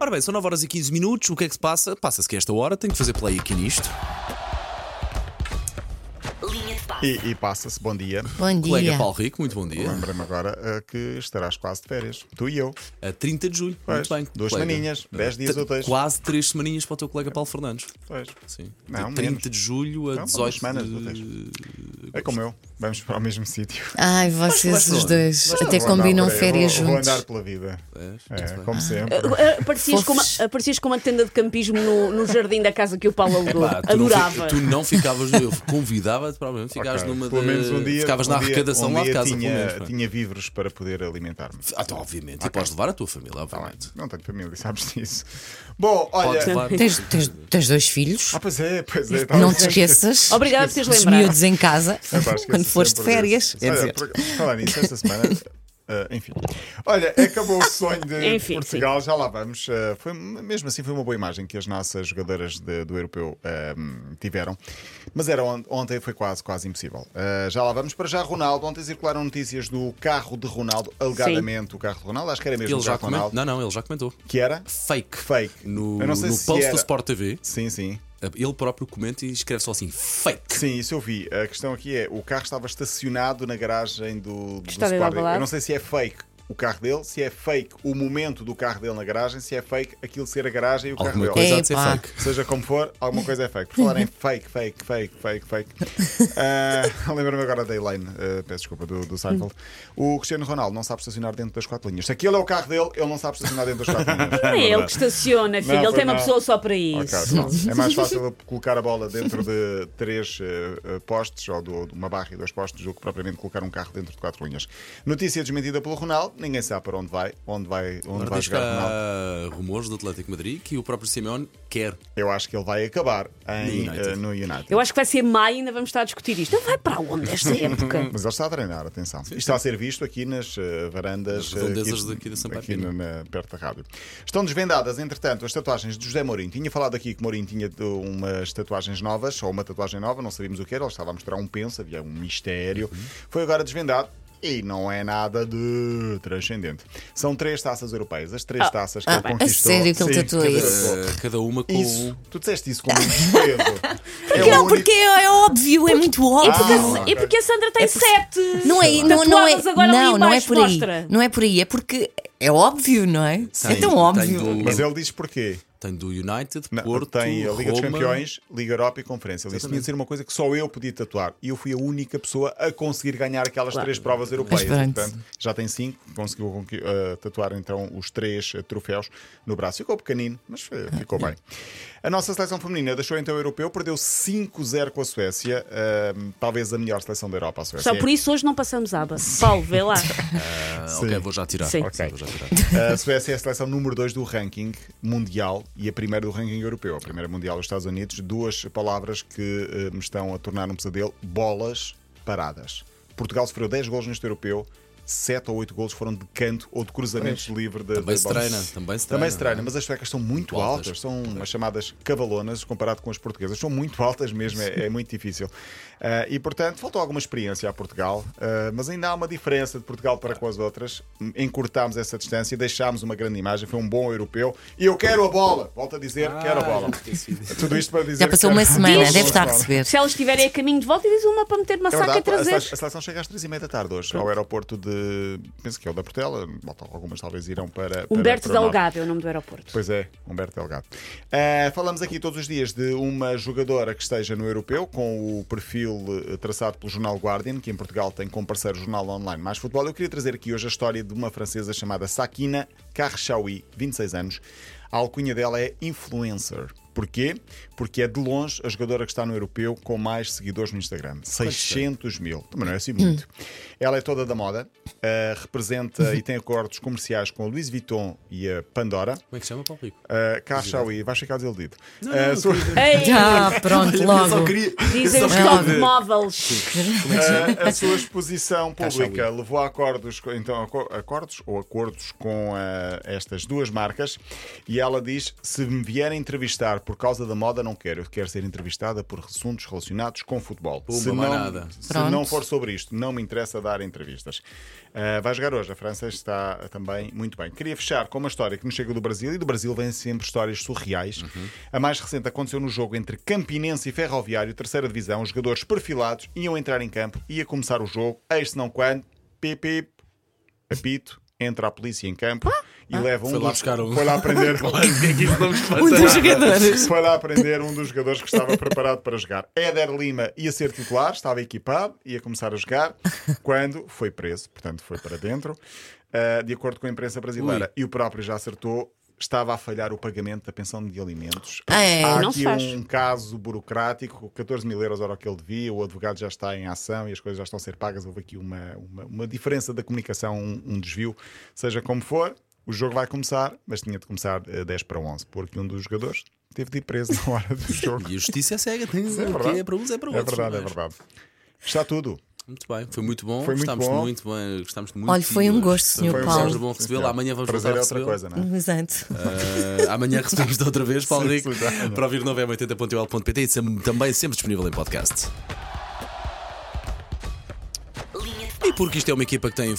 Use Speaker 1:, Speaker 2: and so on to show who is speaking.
Speaker 1: Ora bem, são 9 horas e 15 minutos. O que é que se passa? Passa-se que esta hora tenho que fazer play aqui nisto.
Speaker 2: Linha de passe.
Speaker 3: E, e passa-se, bom dia.
Speaker 4: Bom
Speaker 1: Colega
Speaker 4: dia.
Speaker 1: Paulo Rico, muito bom dia.
Speaker 3: Lembra-me agora eh, que estarás quase de férias. Tu e eu.
Speaker 1: A 30 de julho.
Speaker 3: Pois,
Speaker 1: muito bem.
Speaker 3: duas
Speaker 1: colega. é?
Speaker 3: semaninhas, dez dias
Speaker 1: T-
Speaker 3: úteis.
Speaker 1: Quase 3 semaninhas para o teu colega Paulo Fernandes.
Speaker 3: Pois.
Speaker 1: Sim. De
Speaker 3: Não,
Speaker 1: 30
Speaker 3: menos.
Speaker 1: de julho a
Speaker 3: Não,
Speaker 1: 18
Speaker 3: semanas
Speaker 1: de...
Speaker 3: É como eu. Vamos para o mesmo sítio.
Speaker 4: Ai, vocês
Speaker 1: mas
Speaker 4: os dois
Speaker 1: mas
Speaker 4: até
Speaker 3: Vou andar
Speaker 4: combinam
Speaker 3: por aí,
Speaker 4: férias
Speaker 3: vou, vou
Speaker 4: juntos. Ah.
Speaker 3: andar pela vida.
Speaker 1: É,
Speaker 3: É,
Speaker 1: muito bem.
Speaker 3: como sempre.
Speaker 2: Aparecias com, uma,
Speaker 4: Fofos.
Speaker 2: aparecias com uma tenda de campismo no, no jardim da casa que o Paulo alugou.
Speaker 1: Pá, tu, não,
Speaker 2: Adorava.
Speaker 1: fi- tu não ficavas, eu convidava-te, provavelmente ficavas
Speaker 3: Ok.
Speaker 1: numa
Speaker 3: pelo
Speaker 1: de-
Speaker 3: menos um dia.
Speaker 1: ficavas
Speaker 3: um
Speaker 1: na
Speaker 3: dia-
Speaker 1: arrecadação
Speaker 3: um
Speaker 1: lá de
Speaker 3: dia
Speaker 1: casa,
Speaker 3: tinha,
Speaker 1: pelo menos. é? pá.
Speaker 3: tinha víveres para poder alimentar-me.
Speaker 1: Ah, então, obviamente, e podes levar a tua família, obviamente.
Speaker 3: Não tenho família, sabes disso. Bom, olha.
Speaker 1: Podes levar.
Speaker 4: Tens, tens- tens dois filhos?
Speaker 3: Ah, pois é, pois é.
Speaker 4: Não te esqueças.
Speaker 2: Obrigada por teres
Speaker 4: Os
Speaker 2: lembrado.
Speaker 4: miúdos em casa,
Speaker 3: Pá, esqueço
Speaker 4: quando fores de
Speaker 3: sempre
Speaker 4: férias. É
Speaker 3: disso.
Speaker 4: Quer
Speaker 3: Olha,
Speaker 4: dizer,
Speaker 3: por- falar nisso, esta semana. ah, enfim, olha, acabou o sonho de
Speaker 2: Enfim,
Speaker 3: Portugal, já lá vamos. Ah, foi, mesmo assim, foi uma boa imagem que as nossas jogadoras de- do europeu ah, tiveram, mas era on- ontem foi quase, quase impossível. Ah, já lá vamos para já Ronaldo. Ontem circularam notícias do carro de Ronaldo, alegadamente o carro de Ronaldo, acho que era mesmo
Speaker 1: Ele
Speaker 3: o
Speaker 1: já
Speaker 3: carro de
Speaker 1: comentou.
Speaker 3: Ronaldo,
Speaker 1: Não, não, ele já comentou.
Speaker 3: que era
Speaker 1: Fake.
Speaker 3: fake.
Speaker 1: No,
Speaker 3: Eu não sei
Speaker 1: no
Speaker 3: se
Speaker 1: post
Speaker 3: era-
Speaker 1: do Sport TV,
Speaker 3: Sim, sim.
Speaker 1: ele próprio comenta e escreve só assim: fake.
Speaker 3: Sim, isso eu vi. A questão aqui é: o carro estava estacionado na garagem do, do
Speaker 2: Estádio de
Speaker 3: Sporting.
Speaker 2: Alvalade.
Speaker 3: Eu não sei se é fake o carro dele, se é fake o momento do carro dele na garagem, se é fake aquilo ser a garagem e o carro
Speaker 1: Alguma
Speaker 4: É,
Speaker 3: dele.
Speaker 1: coisa há de ser
Speaker 4: Epá.
Speaker 1: fake.
Speaker 3: Seja como for, alguma coisa é fake. Por falar em fake, fake, fake, fake, fake. Ah, Lembro-me agora da Elaine, ah, peço desculpa, do, do Seinfeld. O Cristiano Ronaldo não sabe estacionar dentro das quatro linhas. Se aquele é o carro dele, ele não sabe estacionar dentro das quatro linhas.
Speaker 2: Não é ele que estaciona, filho. ele
Speaker 3: pois
Speaker 2: tem uma
Speaker 3: não.
Speaker 2: pessoa só para isso.
Speaker 3: Ok, pronto. é mais fácil eu colocar a bola dentro de três eh, eh, postes ou do- de uma barra e dois postes do que propriamente colocar um carro dentro de quatro linhas. Notícia desmentida pelo Ronaldo, ninguém sabe para onde vai, onde vai, onde
Speaker 1: Agora
Speaker 3: vai
Speaker 1: diz que
Speaker 3: jogar Ronaldo.
Speaker 1: há uh, rumores do Atlético Madrid que o próprio Simeone quer. uh,
Speaker 3: Eu acho que ele vai acabar em,
Speaker 1: No United.
Speaker 3: eh, no United.
Speaker 2: Eu acho que vai ser maio e ainda vamos estar a discutir isto. Ele vai para onde esta época?
Speaker 3: Mas ele está a treinar, atenção. Isto está a ser visto aqui nas eh,
Speaker 1: Nas
Speaker 3: varandas.
Speaker 1: redondezas
Speaker 3: eh,
Speaker 1: daqui da Sampaio
Speaker 3: aqui
Speaker 1: Pina.
Speaker 3: na- na- perto da rádio. Estão desvendadas, entretanto, as tatuagens de José Mourinho. Tinha falado aqui que Mourinho tinha de- umas tatuagens novas, ou uma tatuagem nova, não sabíamos o que era. Ele estava a mostrar um penso, havia um mistério.
Speaker 1: Uhum.
Speaker 3: Foi agora desvendado. E não é nada de transcendente. São três taças europeias. As três taças que
Speaker 4: ah,
Speaker 3: ele
Speaker 4: a
Speaker 3: conquistou.
Speaker 4: sério que ele
Speaker 3: Sim,
Speaker 4: tatuou
Speaker 3: que ele
Speaker 4: isso?
Speaker 3: tatuou.
Speaker 1: Eh, cada uma com.
Speaker 3: Isso. Tu disseste isso com muito desprezo. É o
Speaker 4: Não,
Speaker 3: único-
Speaker 4: porque é, é óbvio, é muito
Speaker 2: E
Speaker 4: óbvio.
Speaker 2: porque,
Speaker 3: Ah,
Speaker 2: a, e porque a Sandra tem sete.
Speaker 4: Não é, não, não é,
Speaker 2: tatuadas agora ali
Speaker 4: não, não é
Speaker 2: embaixo,
Speaker 4: por aí.
Speaker 2: mostra.
Speaker 4: Não é por aí, é porque é óbvio, não é? é
Speaker 1: tem
Speaker 4: tão óbvio.
Speaker 1: do-
Speaker 3: Mas ele diz porquê.
Speaker 1: Tem do United,
Speaker 3: Não,
Speaker 1: Porto,
Speaker 3: tem a
Speaker 1: Roma,
Speaker 3: Liga dos Campeões, Liga Europa e Conferência. Ele disse que tinha de ser uma coisa que só eu podia tatuar. E eu fui a única pessoa a conseguir ganhar aquelas três provas europeias.
Speaker 4: pronto.
Speaker 3: Portanto, já tem cinco, conseguiu conqui- eh, tatuar então os três eh, troféus no braço. Ficou pequenino, mas eh, ficou
Speaker 1: Ah,
Speaker 3: bem. A nossa seleção feminina deixou então o europeu, perdeu 5-0 com a Suécia, eh, talvez a melhor seleção da Europa, a Suécia.
Speaker 2: Só por isso hoje não passamos aba. Paulo, vê lá.
Speaker 1: Ah, ok, vou já tirar.
Speaker 2: Sim.
Speaker 1: Ok, vou já tirar.
Speaker 3: A Suécia é a seleção número 2 do ranking mundial e a primeira do ranking europeu. A primeira mundial dos Estados Unidos. Duas palavras que eh, me estão a tornar um pesadelo: bolas paradas. Portugal sofreu 10 golos neste europeu. 7 ou 8 golos foram de canto ou de cruzamentos livre de,
Speaker 1: Também
Speaker 3: de
Speaker 1: se
Speaker 3: bolas.
Speaker 1: treina, também se
Speaker 3: Também se
Speaker 1: treina, é?
Speaker 3: treina, mas as suecas são muito
Speaker 1: Muito
Speaker 3: altas,
Speaker 1: altas.
Speaker 3: são umas chamadas cavalonas comparado com as portuguesas, são muito altas mesmo, é, é muito difícil. Ah, e portanto, faltou alguma experiência a Portugal, ah, mas ainda há uma diferença de Portugal para com as outras. Encurtámos essa distância, deixámos uma grande imagem, foi um bom europeu. E eu quero a bola, volto a dizer,
Speaker 2: Ah,
Speaker 3: quero a
Speaker 1: Ah,
Speaker 3: bola. Tudo isto para dizer
Speaker 4: Já passou
Speaker 3: que
Speaker 4: uma
Speaker 3: quero-
Speaker 4: semana,
Speaker 3: Diz-
Speaker 4: deve estar a receber.
Speaker 2: Se elas estiverem a caminho de volta, diz uma para meter uma
Speaker 3: É
Speaker 2: saca
Speaker 3: verdade,
Speaker 2: e trazer.
Speaker 3: a, sele- a seleção chega às 3h30 da tarde hoje ao aeroporto de. penso que é o da Portela, voltam- algumas talvez irão para. para-
Speaker 2: Humberto
Speaker 3: para o norte.
Speaker 2: Delgado é o nome do aeroporto.
Speaker 3: Pois é, Humberto Delgado. Ah, falamos aqui todos os dias de uma jogadora que esteja no europeu, com o perfil eh, traçado pelo jornal Guardian, que em Portugal tem como parceiro o jornal online mais futebol. Eu queria trazer aqui hoje a história de uma francesa chamada Sakina Karchaoui, 26 anos. A alcunha dela é influencer. Porquê? Porque é de longe a jogadora que está no europeu com mais seguidores no Instagram. 600 mil. Também não é assim muito. Ela é toda da moda, ah, representa e tem acordos comerciais com a Louis Vuitton e a Pandora.
Speaker 1: Como é que chama, Paulo Rico?
Speaker 3: Uh, cá, Chauí, vais ficar desiludido.
Speaker 1: Não,
Speaker 3: Uh,
Speaker 1: não,
Speaker 3: sua-
Speaker 2: Ei,
Speaker 4: Ah, pronto, logo.
Speaker 1: queria.
Speaker 2: dizem os
Speaker 4: queria
Speaker 2: top
Speaker 4: dizer-
Speaker 2: móveis.
Speaker 3: uh, a sua exposição pública
Speaker 1: Chauí.
Speaker 3: levou a acordos, co- então, aco- acordos eh, ou acordos com uh, estas duas marcas e ela diz: se me vier entrevistar por causa da moda não quero. Eu quero ser entrevistada por assuntos relacionados com futebol.
Speaker 1: Pumba,
Speaker 3: se,
Speaker 1: mais
Speaker 3: não,
Speaker 1: nada.
Speaker 3: se
Speaker 4: Pronto.
Speaker 3: não for sobre isto, não me interessa dar entrevistas. Ah, vai jogar hoje. A França está também muito bem. Queria fechar com uma história que nos chega do Brasil e do Brasil vêm sempre histórias surreais.
Speaker 1: Uhum.
Speaker 3: A mais recente aconteceu no jogo entre Campinense e Ferroviário, terceira divisão. Os jogadores perfilados iam entrar em campo, ia começar o jogo, eis se não quando, pip, pip, apito, entra a polícia em campo e leva um
Speaker 1: Foi lá
Speaker 3: dos-
Speaker 1: buscar um.
Speaker 3: Foi lá aprender.
Speaker 4: Um dos jogadores.
Speaker 3: Foi lá aprender um dos jogadores que estava preparado para jogar. Éder Lima ia ser titular, estava equipado, ia começar a jogar, quando foi preso, portanto foi para dentro, ah, de acordo com a imprensa brasileira. E o próprio já acertou, estava a falhar o pagamento da pensão de alimentos.
Speaker 4: É,
Speaker 3: Há
Speaker 2: não
Speaker 3: aqui
Speaker 2: se faz.
Speaker 3: um caso burocrático, 14 mil euros era o que ele devia, o advogado já está em ação e as coisas já estão a ser pagas. Houve aqui uma, uma, uma diferença da comunicação, um, um desvio, seja como for. O jogo vai começar, mas tinha de começar a 10 para 11, porque um dos jogadores teve de ir preso na hora do jogo.
Speaker 1: E a justiça é cega, tem
Speaker 3: é
Speaker 1: o
Speaker 3: verdade.
Speaker 1: que é para uns é para
Speaker 3: É
Speaker 1: outros.
Speaker 3: verdade, é
Speaker 1: mas-
Speaker 3: verdade. Está tudo.
Speaker 1: Muito bem, foi muito bom.
Speaker 3: Foi muito
Speaker 1: gostámos
Speaker 3: bom.
Speaker 1: muito bem, gostámos muito.
Speaker 4: Olha, foi um
Speaker 1: de-
Speaker 4: gosto, Sr.
Speaker 1: Foi um
Speaker 4: Paulo.
Speaker 1: prazer bom recebê-lo. Amanhã vamos
Speaker 3: Prazer
Speaker 1: voltar
Speaker 3: é
Speaker 1: a
Speaker 3: outra
Speaker 1: recebê-lo.
Speaker 3: coisa, não é?
Speaker 4: Exato.
Speaker 1: Ah, amanhã recebemos-te outra vez, Paulo
Speaker 3: Sim,
Speaker 1: Rico,
Speaker 3: sim, claro.
Speaker 1: para ouvir 9m80.ol.pt e sem- também sempre disponível em podcast. E porque isto é uma equipa que tem